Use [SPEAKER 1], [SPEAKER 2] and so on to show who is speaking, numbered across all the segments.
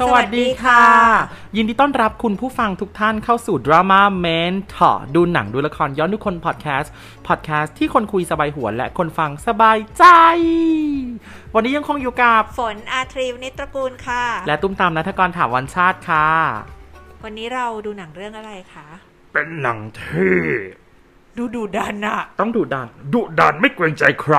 [SPEAKER 1] สวัสดีค่ะ ยินดีต้อนรับคุณผู้ฟังทุกท่านเข้าสู่ Drama m e n t o r ดูหนังดูละครย้อนดูคนพอดแคสต์พอดแคสต์ที่คนคุยสบายหัวและคนฟังสบายใจ วันนี้ยังคงอยู่กับ
[SPEAKER 2] ฝนอาทรีวนิตตระกูลค่ะ
[SPEAKER 1] และตุ้มตามนัทกรถาวรชาติค่ะ
[SPEAKER 2] วันนี้เราดูหนังเรื่องอะไรคะ
[SPEAKER 3] เป็นหนังที่
[SPEAKER 2] ดูดูดันอะ
[SPEAKER 1] ต้องดุดัน
[SPEAKER 3] ดุดันไม่เกรงใจใคร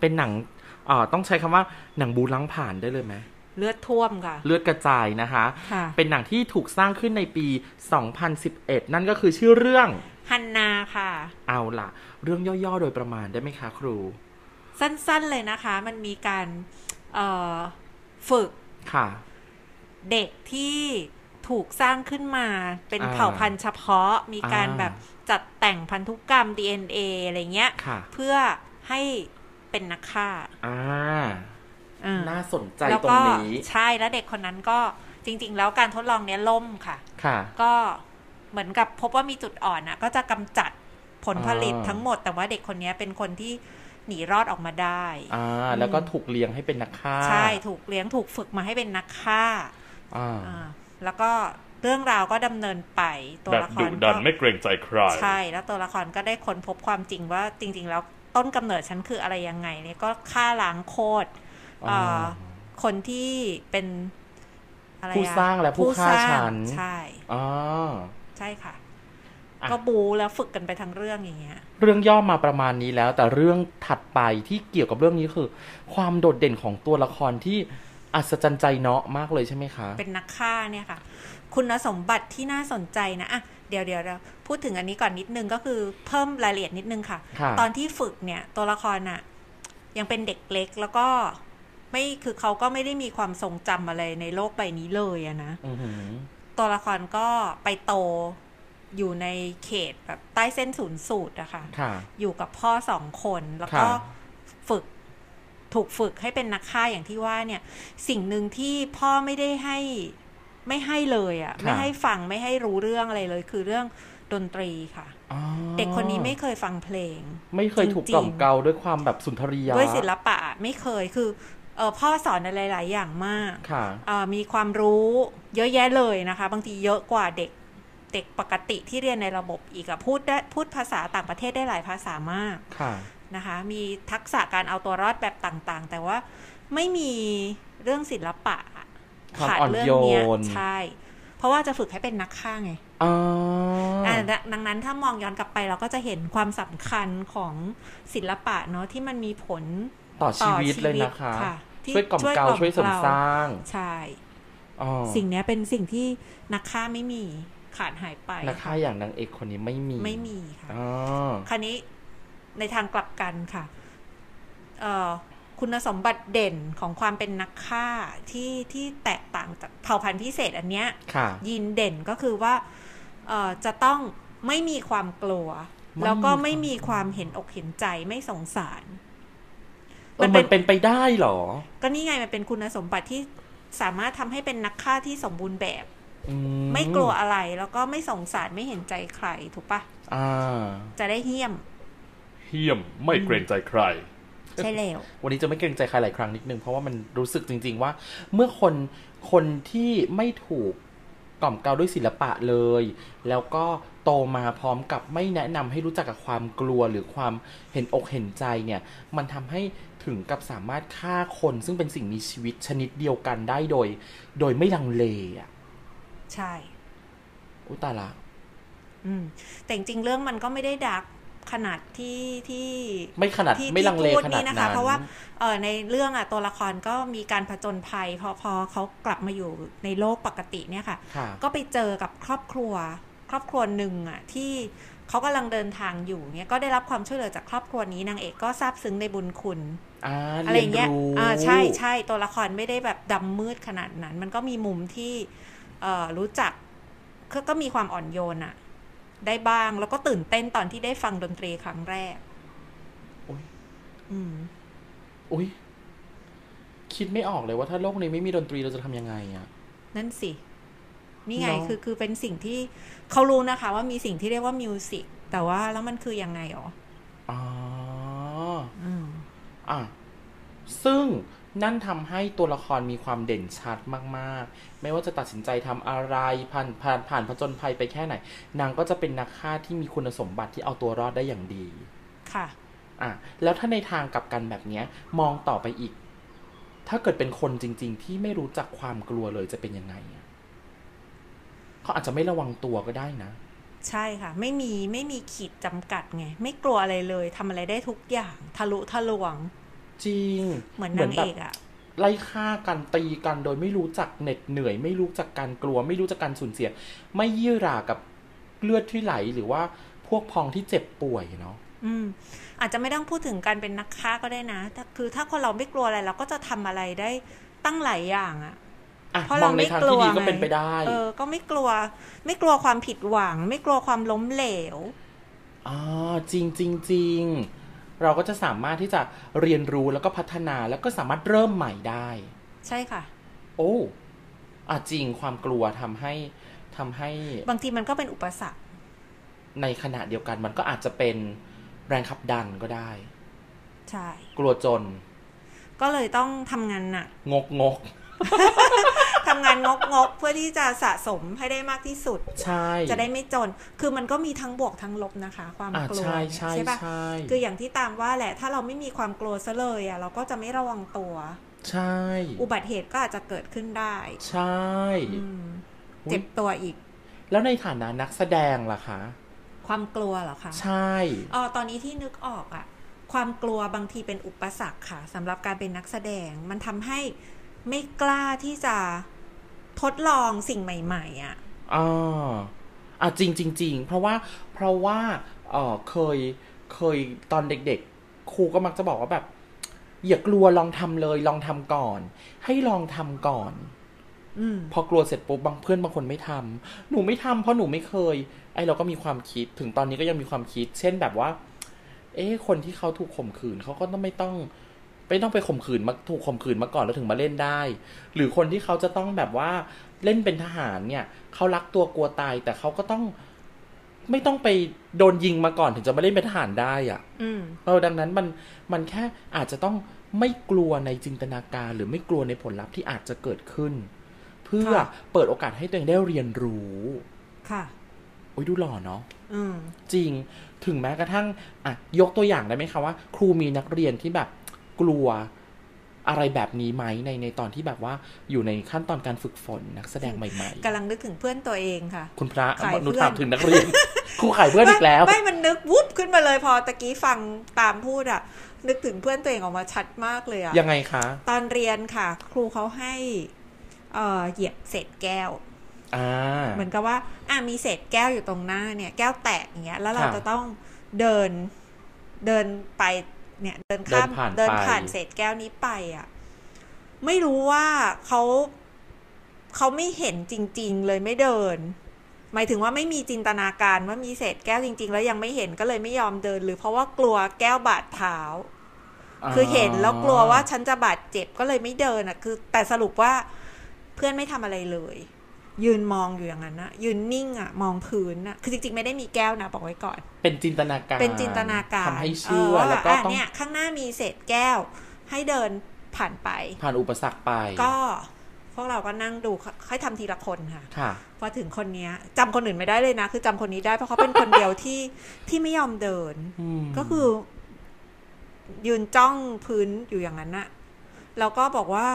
[SPEAKER 1] เป็นหนังเอ่อต้องใช้คำว่าหนังบูล้างผ่านได้เลยไหม
[SPEAKER 2] เลือดท่วมค่ะ
[SPEAKER 1] เลือดกระจายนะคะ
[SPEAKER 2] ค่ะ
[SPEAKER 1] เป็นหนังที่ถูกสร้างขึ้นในปี 2011 นั่นก็คือชื่อเรื่อง
[SPEAKER 2] ฮันนาค่ะ
[SPEAKER 1] เอาล่ะ เรื่องย่อๆโดยประมาณได้ไหมคะครู
[SPEAKER 2] สั้นๆเลยนะคะ มันมีการเอ่อฝึก
[SPEAKER 1] ค่ะ
[SPEAKER 2] เด็กที่ถูกสร้างขึ้นมาเป็น
[SPEAKER 1] อ่า
[SPEAKER 2] เผ่าพันธุ์เฉพาะ มีการ
[SPEAKER 1] อ่า
[SPEAKER 2] แบบจัดแต่งพันธุกรรม DNA อะไรเงี้ย
[SPEAKER 1] ค่ะ
[SPEAKER 2] เพื่อให้เป็นนักฆ่า
[SPEAKER 1] อ่า
[SPEAKER 2] อ่า
[SPEAKER 1] น่าสนใจ
[SPEAKER 2] แล้ว
[SPEAKER 1] ตร
[SPEAKER 2] ก็
[SPEAKER 1] งนี้
[SPEAKER 2] ใช่แล้วเด็กคนนั้นก็จริง ๆ แล้วการทดลองเนี้ยล่มค่ะ
[SPEAKER 1] ค่ะ
[SPEAKER 2] ก็เหมือนกับพบว่ามีจุดอ่อนนะก็จะกำจัดผลผลิต
[SPEAKER 1] อ่า
[SPEAKER 2] ทั้งหมด แต่ว่าเด็กคนเนี้ยเป็นคนที่หนีรอดออกมาได้
[SPEAKER 1] อ่า แล้วก็ถูกเลี้ยงให้เป็นนักฆ่า
[SPEAKER 2] ใช่ถูกเลี้ยงถูกฝึกมาให้เป็นนักฆ่า
[SPEAKER 1] อ่า
[SPEAKER 2] อ่าแล้วก็เรื่องราวก็ดำเนินไปตัว
[SPEAKER 3] แบบ
[SPEAKER 2] ละค
[SPEAKER 3] ดุ
[SPEAKER 2] ร
[SPEAKER 3] ดั
[SPEAKER 2] ก็
[SPEAKER 3] นไม่เกรงใจใคร
[SPEAKER 2] ใช่แล้วตัวละครก็ได้ค้นพบความจริงว่าจริง ๆ แล้วต้นกำเนิดฉันคืออะไรยังไงเนี่ยก็ฆ่าล้างโคตร
[SPEAKER 1] อ่า
[SPEAKER 2] เอ่อคนที่เป็นอะไรอะ
[SPEAKER 1] ผู้สร้างและผู้ฆ่า
[SPEAKER 2] ผู้สร้ง
[SPEAKER 1] ฉัน
[SPEAKER 2] ใช่
[SPEAKER 1] อ่า
[SPEAKER 2] ใช่ค่ะ
[SPEAKER 1] อ่ะ
[SPEAKER 2] ก็บูแล้วฝึกกันไปทั้งเรื่องอย่างเงี้ย
[SPEAKER 1] เรื่องย่อมาประมาณนี้แล้ว แต่เรื่องถัดไปที่เกี่ยวกับเรื่องนี้คือ ความโดดเด่นของตัวละครที่อัศจรรย์ใจเนาะมากเลยใช่ไหมคะ
[SPEAKER 2] เป็นนักฆ่าเนี่ยค่ะ คุณสมบัติที่น่าสนใจนะอ่ะเดี๋ยวเดี๋ยวเราพูดถึงอันนี้ก่อนนิดนึงก็คือเพิ่มรายละเอียดนิดนึงค่ะ
[SPEAKER 1] ค่ะ
[SPEAKER 2] ตอนที่ฝึกเนี่ยตัวละครน่ะยังเป็นเด็กเล็กแล้วก็ไม่คือเขาก็ไม่ได้มีความทรงจำอะไรในโลกใบนี้เลยอะนะ
[SPEAKER 1] อือหือ
[SPEAKER 2] ตัวละครก็ไปโตอยู่ในเขตแบบใต้เส้นศูนย์สูตรอะค่ะ
[SPEAKER 1] ค่ะ
[SPEAKER 2] อยู่กับพ่อสองคนแล้วก็
[SPEAKER 1] ค่ะ
[SPEAKER 2] ฝึกถูกฝึกให้เป็นนักฆ่าอย่างที่ว่าเนี่ย สิ่งหนึ่งที่พ่อไม่ได้ให้ไม่ให้เลยอะ่ะ ไม่ให้ฟังไม่ให้รู้เรื่องอะไรเลย คือเรื่องดนตรีค่ะ
[SPEAKER 1] อ๋อ
[SPEAKER 2] เด็กคนนี้ไม่เคยฟังเพลง
[SPEAKER 1] ไม่เคยถูกกล่อมเกลาด้วยความแบบสุนทรียะ
[SPEAKER 2] ด้วยศิลปะไม่เคยคือเออพ่อสอนอะไรหลายอย่างมาก
[SPEAKER 1] ค่ะ
[SPEAKER 2] เอ่อมีความรู้เยอะแยะเลยนะคะ บางทีเยอะกว่าเด็กเด็กปกติที่เรียนในระบบอีกอะพูดได้พูดภาษาต่างประเทศได้หลายภาษามาก
[SPEAKER 1] ค่ะ
[SPEAKER 2] นะคะ มีทักษะการเอาตัวรอดแบบต่างๆ แต่ว่าไม่มีเรื่องศิลปะอะ
[SPEAKER 1] ความ
[SPEAKER 2] ขาด
[SPEAKER 1] อ่อน
[SPEAKER 2] เรื่
[SPEAKER 1] โย
[SPEAKER 2] เนี้ย
[SPEAKER 1] น
[SPEAKER 2] ใช่ เพราะว่าจะฝึกให้เป็นนักฆ่าไง
[SPEAKER 1] อ่
[SPEAKER 2] อ่ะ
[SPEAKER 1] า
[SPEAKER 2] ดังดังนั้นถ้ามองย้อนกลับไปเราก็จะเห็นความสำคัญของศิลปะเนาะที่มันมีผล
[SPEAKER 1] ต่อ
[SPEAKER 2] ต่
[SPEAKER 1] ชี
[SPEAKER 2] อ
[SPEAKER 1] วิตเลยนะคะ
[SPEAKER 2] ที่
[SPEAKER 1] ช่วยกล่อมเกลาช่วยเสริมสร้าง
[SPEAKER 2] ใช่
[SPEAKER 1] อ๋อ
[SPEAKER 2] สิ่งเนี้ยเป็นสิ่งที่นักฆ่าไม่มีขาดหายไป
[SPEAKER 1] นะ
[SPEAKER 2] ค่ะ
[SPEAKER 1] คะอย่างนางเอกคนนี้ไม่มี
[SPEAKER 2] ไม่มีค่ะ
[SPEAKER 1] อ๋อ
[SPEAKER 2] คราวนี้ในทางกลับกันค่ะเอ่อคุณสมบัติเด่นของความเป็นนักฆ่าที่ที่แตกต่างจากเผ่าพันธุ์พิเศษอันเนี้ย
[SPEAKER 1] ค่ะ
[SPEAKER 2] ยีนเด่นก็คือว่าเอ่อจะต้องไม่มีความกลัว แล้วก็
[SPEAKER 1] ไม่
[SPEAKER 2] ไม่
[SPEAKER 1] มี
[SPEAKER 2] มี
[SPEAKER 1] ค
[SPEAKER 2] คาว
[SPEAKER 1] วาม ม
[SPEAKER 2] เห็นอกเห็นใจไม่สงสาร
[SPEAKER 1] เออมันเป็นไปได้เหรอ
[SPEAKER 2] ก็นี่ไงมันเป็นคุณสมบัติที่สามารถทำให้เป็นนักฆ่าที่สมบูรณ์แบบ
[SPEAKER 1] อื
[SPEAKER 2] ไม่กลัวอะไรแล้วก็ไม่สงสารไม่เห็นใจใครถูกปะ
[SPEAKER 1] อ่า
[SPEAKER 2] จะได้เหี้ยม
[SPEAKER 3] เฮี้ยมไม่เกรงใจใคร
[SPEAKER 2] ใช่แล้ว
[SPEAKER 1] วันนี้จะไม่เกรงใจใครหลายครั้งนิดนึง เพราะว่ามันรู้สึกจริง ๆ ว่า เมื่อคนคนที่ไม่ถูกกล่อมเกลาด้วยศิลปะเลย แล้วก็โตมาพร้อมกับไม่แนะนำให้รู้จักกับความกลัวหรือความเห็นอกเห็นใจเนี่ย มันทำให้ถึงกับสามารถฆ่าคนซึ่งเป็นสิ่งมีชีวิตชนิดเดียวกันได้โดย โดยไม่ลังเลอ่ะ
[SPEAKER 2] ใช่
[SPEAKER 1] อุยตายละ
[SPEAKER 2] อืม แต่จริงๆเรื่องมันก็ไม่ได้ดักขนาดที่ที่
[SPEAKER 1] ไม่ขนาด
[SPEAKER 2] ที่
[SPEAKER 1] ไม่ลังเล
[SPEAKER 2] ที่พู
[SPEAKER 1] ขนาด
[SPEAKER 2] นะคะ
[SPEAKER 1] นั้น
[SPEAKER 2] เพราะว่าเออในเรื่องอ่ะตัวละครก็มีการผจญภัย พอพอเขากลับมาอยู่ในโลกปกติเนี่ยค่ะ
[SPEAKER 1] ค่ะ
[SPEAKER 2] ก็ไปเจอกับครอบครัว ครอบครัวหนึ่งอ่ะที่เขากำลังเดินทางอยู่เนี่ยก็ได้รับความช่วยเหลือจากครอบครัวนี้นางเอกก็ซาบซึ้งในบุญคุณ
[SPEAKER 1] อ่า
[SPEAKER 2] อะไร
[SPEAKER 1] เรียน
[SPEAKER 2] เงี้ย
[SPEAKER 1] รู้
[SPEAKER 2] อ่า ใช่ใช่ ตัวละครไม่ได้แบบดำมืดขนาดนั้น มันก็มีมุมที่เอ่อรู้จักก็ก็มีความอ่อนโยนอะได้บ้าง แล้วก็ตื่นเต้นตอนที่ได้ฟังดนตรีครั้งแรก
[SPEAKER 1] อุ๊ย
[SPEAKER 2] อืม
[SPEAKER 1] อุ้ยคิดไม่ออกเลยว่าถ้าโลกนี้ไม่มีดนตรีเราจะทำยังไงอ่ะ
[SPEAKER 2] นั่นสิ นี่ไง
[SPEAKER 1] เนอะ
[SPEAKER 2] คือ คือเป็นสิ่งที่เขารู้นะคะ ว่ามีสิ่งที่เรียกว่ามิวสิก แต่ว่าแล้วมันคือยังไงอ๋อ
[SPEAKER 1] อ๋อ
[SPEAKER 2] อืม
[SPEAKER 1] อ่ะซึ่ง นั่นทำให้ตัวละครมีความเด่นชัดมาก ๆ ไม่ว่าจะตัดสินใจทำอะไรผ่านผ่านผ่านผจญภัยไปแค่ไหน นางก็จะเป็นนักฆ่าที่มีคุณสมบัติที่เอาตัวรอดได้อย่างดี
[SPEAKER 2] ค่ะ
[SPEAKER 1] อ่ะแล้วถ้าในทางกลับกันแบบเนี้ย มองต่อไปอีก ถ้าเกิดเป็นคนจริง ๆ ที่ไม่รู้จักความกลัวเลยจะเป็นยังไงอะเขาอาจจะไม่ระวังตัวก็ได้นะ
[SPEAKER 2] ใช่ค่ะ ไม่มีไม่มีขีดจำกัดไง ไม่กลัวอะไรเลยทำอะไรได้ทุกอย่างทะลุทะลวง
[SPEAKER 1] จริง
[SPEAKER 2] เหมือนนาง
[SPEAKER 1] แบ
[SPEAKER 2] เอบ กอะ
[SPEAKER 1] ไล่ฆ่ากันตีกันโดยไม่รู้จักเหน็ดเหนื่อย ไม่รู้จักการกลัว ไม่รู้จักการสูญเสีย ไม่ยี่หรากับเลือดที่ไหลหรือว่าพวกพองที่เจ็บป่วยเนาะ
[SPEAKER 2] อืม อาจจะไม่ต้องพูดถึงการเป็นนักฆ่าก็ได้นะแต่คือถ้าคนเราไม่กลัวอะไรเราก็จะทำอะไรได้ตั้งหลายอย่างอะ
[SPEAKER 1] อ่ะ
[SPEAKER 2] เพราะ
[SPEAKER 1] ม
[SPEAKER 2] เรา
[SPEAKER 1] องใน
[SPEAKER 2] ไม่
[SPEAKER 1] ทาง
[SPEAKER 2] กลั
[SPEAKER 1] ที่
[SPEAKER 2] ว
[SPEAKER 1] ดี
[SPEAKER 2] ง
[SPEAKER 1] ก็เป็นไปได้
[SPEAKER 2] เออ ก็ไม่กลัว ไม่กลัวความผิดหวัง ไม่กลัวความล้มเหลว
[SPEAKER 1] อ่าจริงจริงจริงเราก็จะสามารถที่จะเรียนรู้แล้วก็พัฒนาแล้วก็สามารถเริ่มใหม่ได้
[SPEAKER 2] ใช่ค่ะ
[SPEAKER 1] โอ้อาจริงความกลัวทำให้ทำให้
[SPEAKER 2] บางทีมันก็เป็นอุปสรรค
[SPEAKER 1] ในขณะเดียวกันมันก็อาจจะเป็นแรงขับดันก็ได้
[SPEAKER 2] ใช่
[SPEAKER 1] กลัวจน
[SPEAKER 2] ก็เลยต้องทำงานหนัก
[SPEAKER 1] งกงก
[SPEAKER 2] ทำงานงกงกๆเพื่อที่จะสะสมให้ได้มากที่สุด
[SPEAKER 1] ใช่
[SPEAKER 2] จะได้ไม่จน คือมันก็มีทั้งบวกทั้งลบนะคะ ความ
[SPEAKER 1] อ่าก
[SPEAKER 2] ลัว
[SPEAKER 1] ใช่ใช่
[SPEAKER 2] ปะ
[SPEAKER 1] ใช่
[SPEAKER 2] คืออย่างที่ตามว่าแหละ ถ้าเราไม่มีความกลัวซะเลยอะเราก็จะไม่ระวังตัว
[SPEAKER 1] ใช่
[SPEAKER 2] อุบัติเหตุก็อาจจะเกิดขึ้นได้
[SPEAKER 1] ใช่
[SPEAKER 2] อืม
[SPEAKER 1] อุ๊ย
[SPEAKER 2] เจ็บตัวอีก
[SPEAKER 1] แล้วในฐานะนักแสดงล่ะคะ
[SPEAKER 2] ความกลัวเหรอคะ
[SPEAKER 1] ใช่
[SPEAKER 2] อ๋อตอนนี้ที่นึกออกอะความกลัวบางทีเป็นอุปสรรคค่ะสำหรับการเป็นนักแสดง มันทำให้ไม่กล้าที่จะทดลองสิ่งใหม่ๆอะ
[SPEAKER 1] อ่าอ่าจริงจริงจริงเพราะว่าเพราะว่าเออเคยเคยตอนเด็กๆ ครูก็มักจะบอกว่าแบบ อย่ากลัวลองทำเลย ลองทำก่อน ให้ลองทำก่อน
[SPEAKER 2] อืม
[SPEAKER 1] พอกลัวเสร็จปุ๊บบางเพื่อนบางคนไม่ทำหนูไม่ทำเพราะหนูไม่เคย ไอเราก็มีความคิดถึงตอนนี้ก็ยังมีความคิด เช่นแบบว่า เอ๊ะคนที่เขาถูกข่มขืนเขาก็ต้องไม่ต้องไม่ต้องไปข่มขืนมาถูกข่มขืนมาก่อนแล้วถึงมาเล่นได้ หรือคนที่เขาจะต้องแบบว่าเล่นเป็นทหารเนี่ยเขารักตัวกลัวตาย แต่เขาก็ต้อง ไม่ต้องไปโดนยิงมาก่อนถึงจะมาเล่นเป็นทหารได้อะ
[SPEAKER 2] อืม
[SPEAKER 1] เออดังนั้นมันมันแค่อาจจะต้องไม่กลัวในจินตนาการ หรือไม่กลัวในผลลัพธ์ที่อาจจะเกิดขึ้น เพื่อ
[SPEAKER 2] ค่ะ
[SPEAKER 1] เปิดโอกาสให้ตัวเองได้เรียนรู้
[SPEAKER 2] ค่ะ
[SPEAKER 1] โอ้ยดูหล่อเนาะ
[SPEAKER 2] อืม
[SPEAKER 1] จริงถึงแม้กระทั่งอ่ะยกตัวอย่างได้ไหมคะว่า ครูมีนักเรียนที่แบบกลัวอะไรแบบนี้ไหมในในตอนที่แบบว่าอยู่ในขั้นตอนการฝึกฝนนักแสดงใหม่
[SPEAKER 2] กำลังนึกถึงเพื่อนตัวเองค่ะ
[SPEAKER 1] ๆ คุณพระ
[SPEAKER 2] ขาย
[SPEAKER 1] หนู
[SPEAKER 2] เพื่อน
[SPEAKER 1] ถามถึงนักเรียน ครูขายเพื่อนอีกแล้ว
[SPEAKER 2] ไม่ไม่มันนึกวุบขึ้นมาเลยพอตะกี้ฟังตามพูดอะนึกถึงเพื่อนตัวเองออกมาชัดมากเลยอะ
[SPEAKER 1] ยังไงคะ
[SPEAKER 2] ตอนเรียนค่ะ ครูเขาให้เอ่อเหยียบเศษแก้ว
[SPEAKER 1] อ่า
[SPEAKER 2] เหมือนกับว่า อ่ะมีเศษแก้วอยู่ตรงหน้าเนี่ย แก้วแตกอย่างเงี้ย แล้วเรา
[SPEAKER 1] ค่ะ
[SPEAKER 2] จะต้องเดิน เดินไป เนี่ย เดินข้าม
[SPEAKER 1] เดินผ่าน
[SPEAKER 2] เดินผ่าน
[SPEAKER 1] ไป
[SPEAKER 2] เศษแก้วนี้ไปอ่ะ ไม่รู้ว่าเขาเขาไม่เห็นจริง ๆ เลยไม่เดิน หมายถึงว่าไม่มีจินตนาการว่ามีเศษแก้วจริง ๆ แล้วยังไม่เห็นก็เลยไม่ยอมเดิน หรือเพราะว่ากลัวแก้วบาดเท้า คือเห็นแล้วกลัวว่าฉันจะบาดเจ็บก็เลยไม่เดินอ่ะ คือ แต่สรุปว่าเพื่อนไม่ทำอะไรเลย ยืนมองอยู่อย่างนั้นนะยืนนิ่งอ่ะ มองพื้นอ่ะ คือจริงๆไม่ได้มีแก้วนะบอกไว้ก่อน
[SPEAKER 1] เป็นจินตนาการ
[SPEAKER 2] เป็นจินตนาการ
[SPEAKER 1] ทำให้เชื่อแล้วก็
[SPEAKER 2] ะ
[SPEAKER 1] ต้อง
[SPEAKER 2] เนี่ย ข้างหน้ามีเศษแก้ว ให้เดินผ่านไป
[SPEAKER 1] ผ่านอุปสรรคไป
[SPEAKER 2] ก็ พวกเราก็นั่งดูค่อยค่อยทำทีละคนค่ะ
[SPEAKER 1] ค่ะ
[SPEAKER 2] พอถึงคนเนี้ยจำคนอื่นไม่ได้เลยนะ คือจำคนนี้ได้เพราะเขาเป็นคนเดียวที่ที่ไม่ยอมเดิน
[SPEAKER 1] อืม
[SPEAKER 2] ก็คือ ยืนจ้องพื้นอยู่อย่างนั้นน่ะ แล้วก็บอกว่า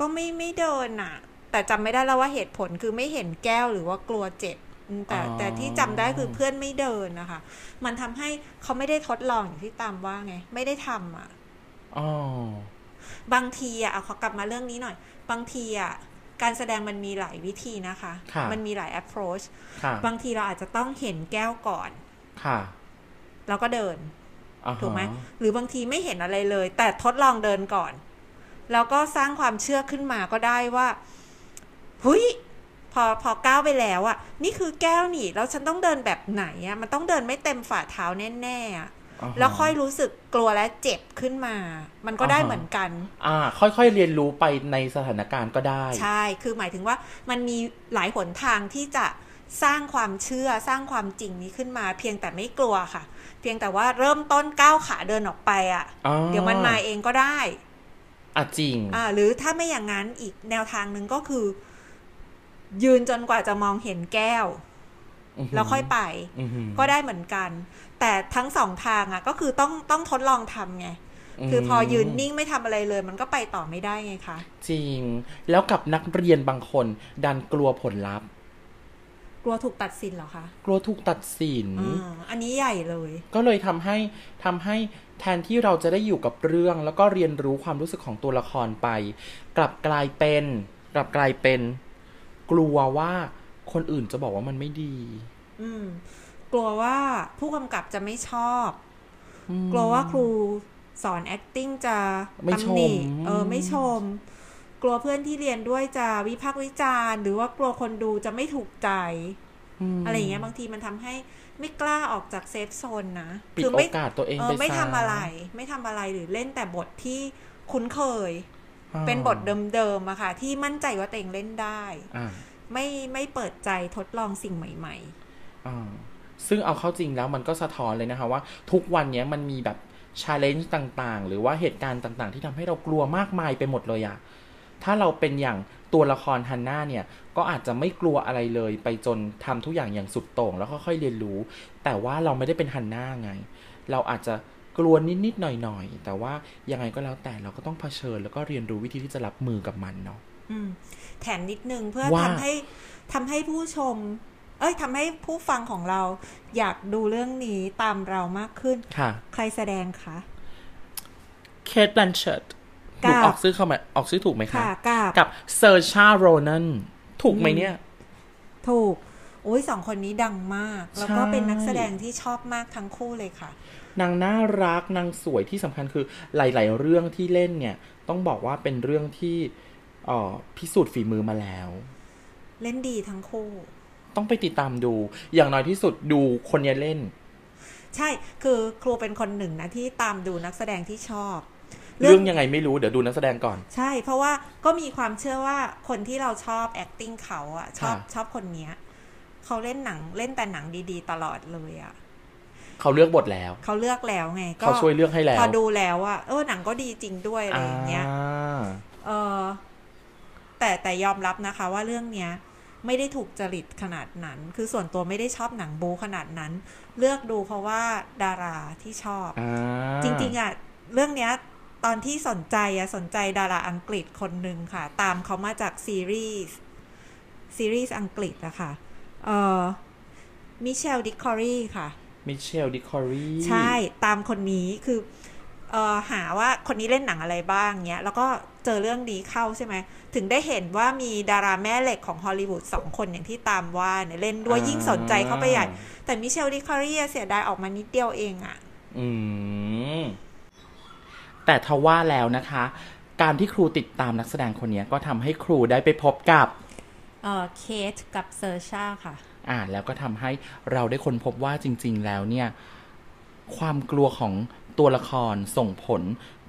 [SPEAKER 2] ก็ไม่ไม่เดินน่ะ แต่จำไม่ได้แล้วว่าเหตุผลคือไม่เห็นแก้วหรือว่ากลัวเจ็บอืมแต่แต่ที่จำได้คือเพื่อนไม่เดินนะคะ มันทำให้เขาไม่ได้ทดลองอย่างที่ตามว่าไง ไม่ได้ทำอ่ะ
[SPEAKER 1] อ๋อบ
[SPEAKER 2] างทีอ่ะเอาขอกลับมาเรื่องนี้หน่อย บางทีอ่ะการแสดงมันมีหลายวิธีนะคะ
[SPEAKER 1] ะ
[SPEAKER 2] มันมีหลาย approach
[SPEAKER 1] ค่ะ
[SPEAKER 2] บางทีเราอาจจะต้องเห็นแก้วก่อน
[SPEAKER 1] ค่ะ
[SPEAKER 2] แล้วก็เดิน
[SPEAKER 1] อ่าฮะ
[SPEAKER 2] ถูกไหมหรือบางทีไม่เห็นอะไรเลย แต่ทดลองเดินก่อน แล้วก็สร้างความเชื่อขึ้นมาก็ได้ว่าหุยพอพอก้าวไปแล้วอะนี่คือแก้วนี่แล้วฉันต้องเดินแบบไหนอะมันต้องเดินไม่เต็มฝ่าเท้าแน่ๆอะ
[SPEAKER 1] าฮะ
[SPEAKER 2] แล้วค่อยรู้สึกกลัวและเจ็บขึ้นมา มันก็ได้
[SPEAKER 1] อ่าฮะ
[SPEAKER 2] เหมือนกัน
[SPEAKER 1] อ่า ค่อยๆเรียนรู้ไปในสถานการณ์ก็ได้
[SPEAKER 2] ใช่ คือหมายถึงว่ามันมีหลายหนทางที่จะสร้างความเชื่อสร้างความจริงนี้ขึ้นมา เพียงแต่ไม่กลัวค่ะ เพียงแต่ว่าเริ่มต้นก้าวขาเดินออกไปอะ
[SPEAKER 1] อ่า
[SPEAKER 2] เดี๋ยวมันมาเองก็ได้
[SPEAKER 1] อ่ะจริง
[SPEAKER 2] อ่าหรือถ้าไม่อย่างนั้นอีกแนวทางหนึ่งก็คือ ยืนจนกว่าจะมองเห็นแก้ว แล้วค่อยไป
[SPEAKER 1] อือหื
[SPEAKER 2] ก็ได้เหมือนกัน แต่ทั้งสองทางอ่ะ ก็คือต้องต้องทดลองทำไง คือพอยืนนิ่งไม่ทำอะไรเลย มันก็ไปต่อไม่ได้ไงคะ
[SPEAKER 1] จริง แล้วกับนักเรียนบางคน ดันกลัวผลลัพธ์
[SPEAKER 2] กลัวถูกตัดสินเหรอคะ
[SPEAKER 1] กลัวถูกตัดสิน
[SPEAKER 2] อาอันนี้ใหญ่เลย
[SPEAKER 1] ก็เลยทำให้ทำให้แทนที่เราจะได้อยู่กับเรื่อง แล้วก็เรียนรู้ความรู้สึกของตัวละครไป กลับกลายเป็น กลับกลายเป็น กลัวว่าคนอื่นจะบอกว่ามันไม่ดี
[SPEAKER 2] อืม กลัวว่าผู้กำกับจะไม่ชอบ
[SPEAKER 1] อืม
[SPEAKER 2] กลัวว่าครูสอน acting จะ
[SPEAKER 1] ไม่ชม
[SPEAKER 2] ตำหนิเออ ไม่ชม กลัวเพื่อนที่เรียนด้วยจะวิพากษ์วิจารณ์ หรือว่ากลัวคนดูจะไม่ถูกใจ
[SPEAKER 1] ม
[SPEAKER 2] อะไรอย่างเงี้ยบางทีมันทำให้ไม่กล้าออกจากเซฟโซนนะ
[SPEAKER 1] ปิด
[SPEAKER 2] คื
[SPEAKER 1] โอ
[SPEAKER 2] ไม่
[SPEAKER 1] กาสตัวเอง
[SPEAKER 2] เออ
[SPEAKER 1] ไป
[SPEAKER 2] ไม่
[SPEAKER 1] ซ
[SPEAKER 2] ทำอะไร ไม่ทำอะไรหรือเล่นแต่บทที่คุ้นเคย
[SPEAKER 1] อ่า
[SPEAKER 2] เป็นบทเดิมๆอะค่ะ ที่มั่นใจว่าตัวเองเล่นได้
[SPEAKER 1] อ่า
[SPEAKER 2] ไม่ไม่เปิดใจทดลองสิ่งใหม่
[SPEAKER 1] อ่าซึ่งเอาเข้าจริงแล้วมันก็สะท้อนเลยนะคะว่าทุกวันเนี้ยมันมีแบบชาเลนจ์ต่างๆ หรือว่าเหตุการณ์ต่างๆ ที่ทำให้เรากลัวมากมายไปหมดเลยอะถ้าเราเป็นอย่างตัวละครฮันน่าเนี่ย ก็อาจจะไม่กลัวอะไรเลย ไปจนทำทุกอย่างอย่างสุดโต่งแล้วค่อยๆเรียนรู้ แต่ว่าเราไม่ได้เป็นฮันน่าไง เราอาจจะกลัวนิดๆหน่อยๆ แต่ว่ายังไงก็แล้วแต่เราก็ต้องเผชิญ แล้วก็เรียนรู้วิธีที่จะรับมือกับมันเนาะ
[SPEAKER 2] ๆ อืม แถมนิดนึงเพื่อ
[SPEAKER 1] ว่า
[SPEAKER 2] ทำให้ทำให้ผู้ชม เอ้ยทำให้ผู้ฟังของเรา อยากดูเรื่องนี้ตามเรามากขึ้น
[SPEAKER 1] ค่ะ
[SPEAKER 2] ใครแสดงคะ
[SPEAKER 1] เคทแบนเชตถูก
[SPEAKER 2] กับ
[SPEAKER 1] ออกซื้อเข้ามาออกซื้อถูกไหมคะ
[SPEAKER 2] ค่ะกับ
[SPEAKER 1] กับเซอร์ชาโรนันถูกไหมเนี่ย
[SPEAKER 2] ถูกโอ้ยสองคนนี้ดังมาก แล้วก็
[SPEAKER 1] ใช่
[SPEAKER 2] เป็นนักแสดงที่ชอบมากทั้งคู่เลยค่ะ
[SPEAKER 1] นางน่ารักนางสวยที่สำคัญคือหลาย ๆ เรื่องที่เล่นเนี่ย ต้องบอกว่าเป็นเรื่องที่เอ่อพิสูจน์ฝีมือมาแล้ว
[SPEAKER 2] เล่นดีทั้งคู่
[SPEAKER 1] ต้องไปติดตามดู อย่างน้อยที่สุดดูคนเนี้ยเล่น
[SPEAKER 2] ใช่ คือครูเป็นคนหนึ่งนะที่ตามดูนักแสดงที่ชอบ
[SPEAKER 1] เรื่องยังไงไม่รู้เดี๋ยวดูนักแสดงก่อน
[SPEAKER 2] ใช่ เพราะว่าก็มีความเชื่อว่าคนที่เราชอบ acting เขาอะชอบ
[SPEAKER 1] ค่ะ
[SPEAKER 2] ชอบคนเนี้ยเขาเล่นหนังเล่นแต่หนังดีๆ ตลอดเลยอะ
[SPEAKER 1] เขาเลือกบทแล้ว
[SPEAKER 2] เขาเลือกแล้วไง ก็
[SPEAKER 1] เขาช่วยเลือกให้แล้ว
[SPEAKER 2] พอดูแล้วอะเออหนังก็ดีจริงด้วยอะไรอย่างเงี้ย
[SPEAKER 1] า
[SPEAKER 2] เออแต่แต่ยอมรับนะคะว่าเรื่องเนี้ย ไม่ได้ถูกจริตขนาดนั้น คือส่วนตัวไม่ได้ชอบหนังบูขนาดนั้น เลือกดูเพราะว่าดาราที่ชอบ
[SPEAKER 1] อ่า
[SPEAKER 2] จริงๆอะเรื่องเนี้ยตอนที่สนใจอะสนใจดาราอังกฤษคนหนึ่งค่ะ ตามเขามาจากซีรีส์ซีรีส์อังกฤษอะค่ะเอ่อมิเชลดิคอรีค่ะ
[SPEAKER 1] มิเชลดิคอรี
[SPEAKER 2] ใช่ตามคนนี้คือเอ่อหาว่าคนนี้เล่นหนังอะไรบ้างเนี้ย แล้วก็เจอเรื่องนี้เข้าใช่ไหม ถึงได้เห็นว่ามีดาราแม่เหล็กของฮอลลีวูดสองคนอย่างที่ตามว่าเนี่ยเล่นด้วยยิ่งสนใจเข้าไปใหญ่ แต่มิเชลดิคอรีเสียดายออกมานิดเดียวเองอะ
[SPEAKER 1] อืม แต่ทว่าแล้วนะคะ การที่ครูติดตามนักแสดงคนเนี้ยก็ทำให้ครูได้ไปพบกับ
[SPEAKER 2] เอ่อเคทกับเซอร์ชาค่ะ
[SPEAKER 1] อ่านแล้วก็ทำให้เราได้ค้นพบว่าจริง ๆ แล้วเนี่ย ความกลัวของตัวละครส่งผล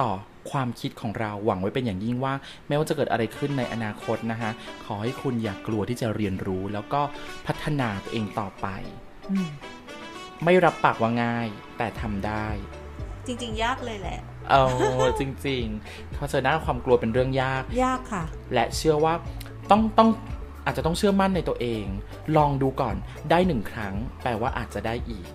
[SPEAKER 1] ต่อความคิดของเราหวังไว้เป็นอย่างยิ่งว่า ไม่ว่าจะเกิดอะไรขึ้นในอนาคตนะคะขอให้คุณอย่ากลัวที่จะเรียนรู้ แล้วก็พัฒนาตัวเองต่อไป ไม่รับปากว่าง่าย แต่ทำได้
[SPEAKER 2] จริงๆ ยากเลยแหละ
[SPEAKER 1] เอาจริงๆเพราะเจอหน้าความกลัวเป็นเรื่องยาก
[SPEAKER 2] ยากค่ะ
[SPEAKER 1] และเชื่อว่าต้องต้องอาจจะต้องเชื่อมั่นในตัวเอง ลองดูก่อนได้หนึ่งครั้ง แปลว่าอาจจะได้อีก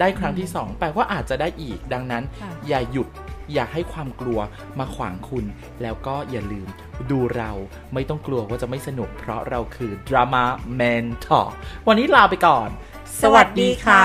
[SPEAKER 1] ได้ครั้งที่สองแปลว่าอาจจะได้อีก ดังนั้น
[SPEAKER 2] ค่ะ
[SPEAKER 1] อย่าหยุดอย่าให้ความกลัวมาขวางคุณ แล้วก็อย่าลืมดูเราไม่ต้องกลัวว่าจะไม่สนุก เพราะเราคือ drama mentor วันนี้ลาไปก่อน สวัสดีค่ะ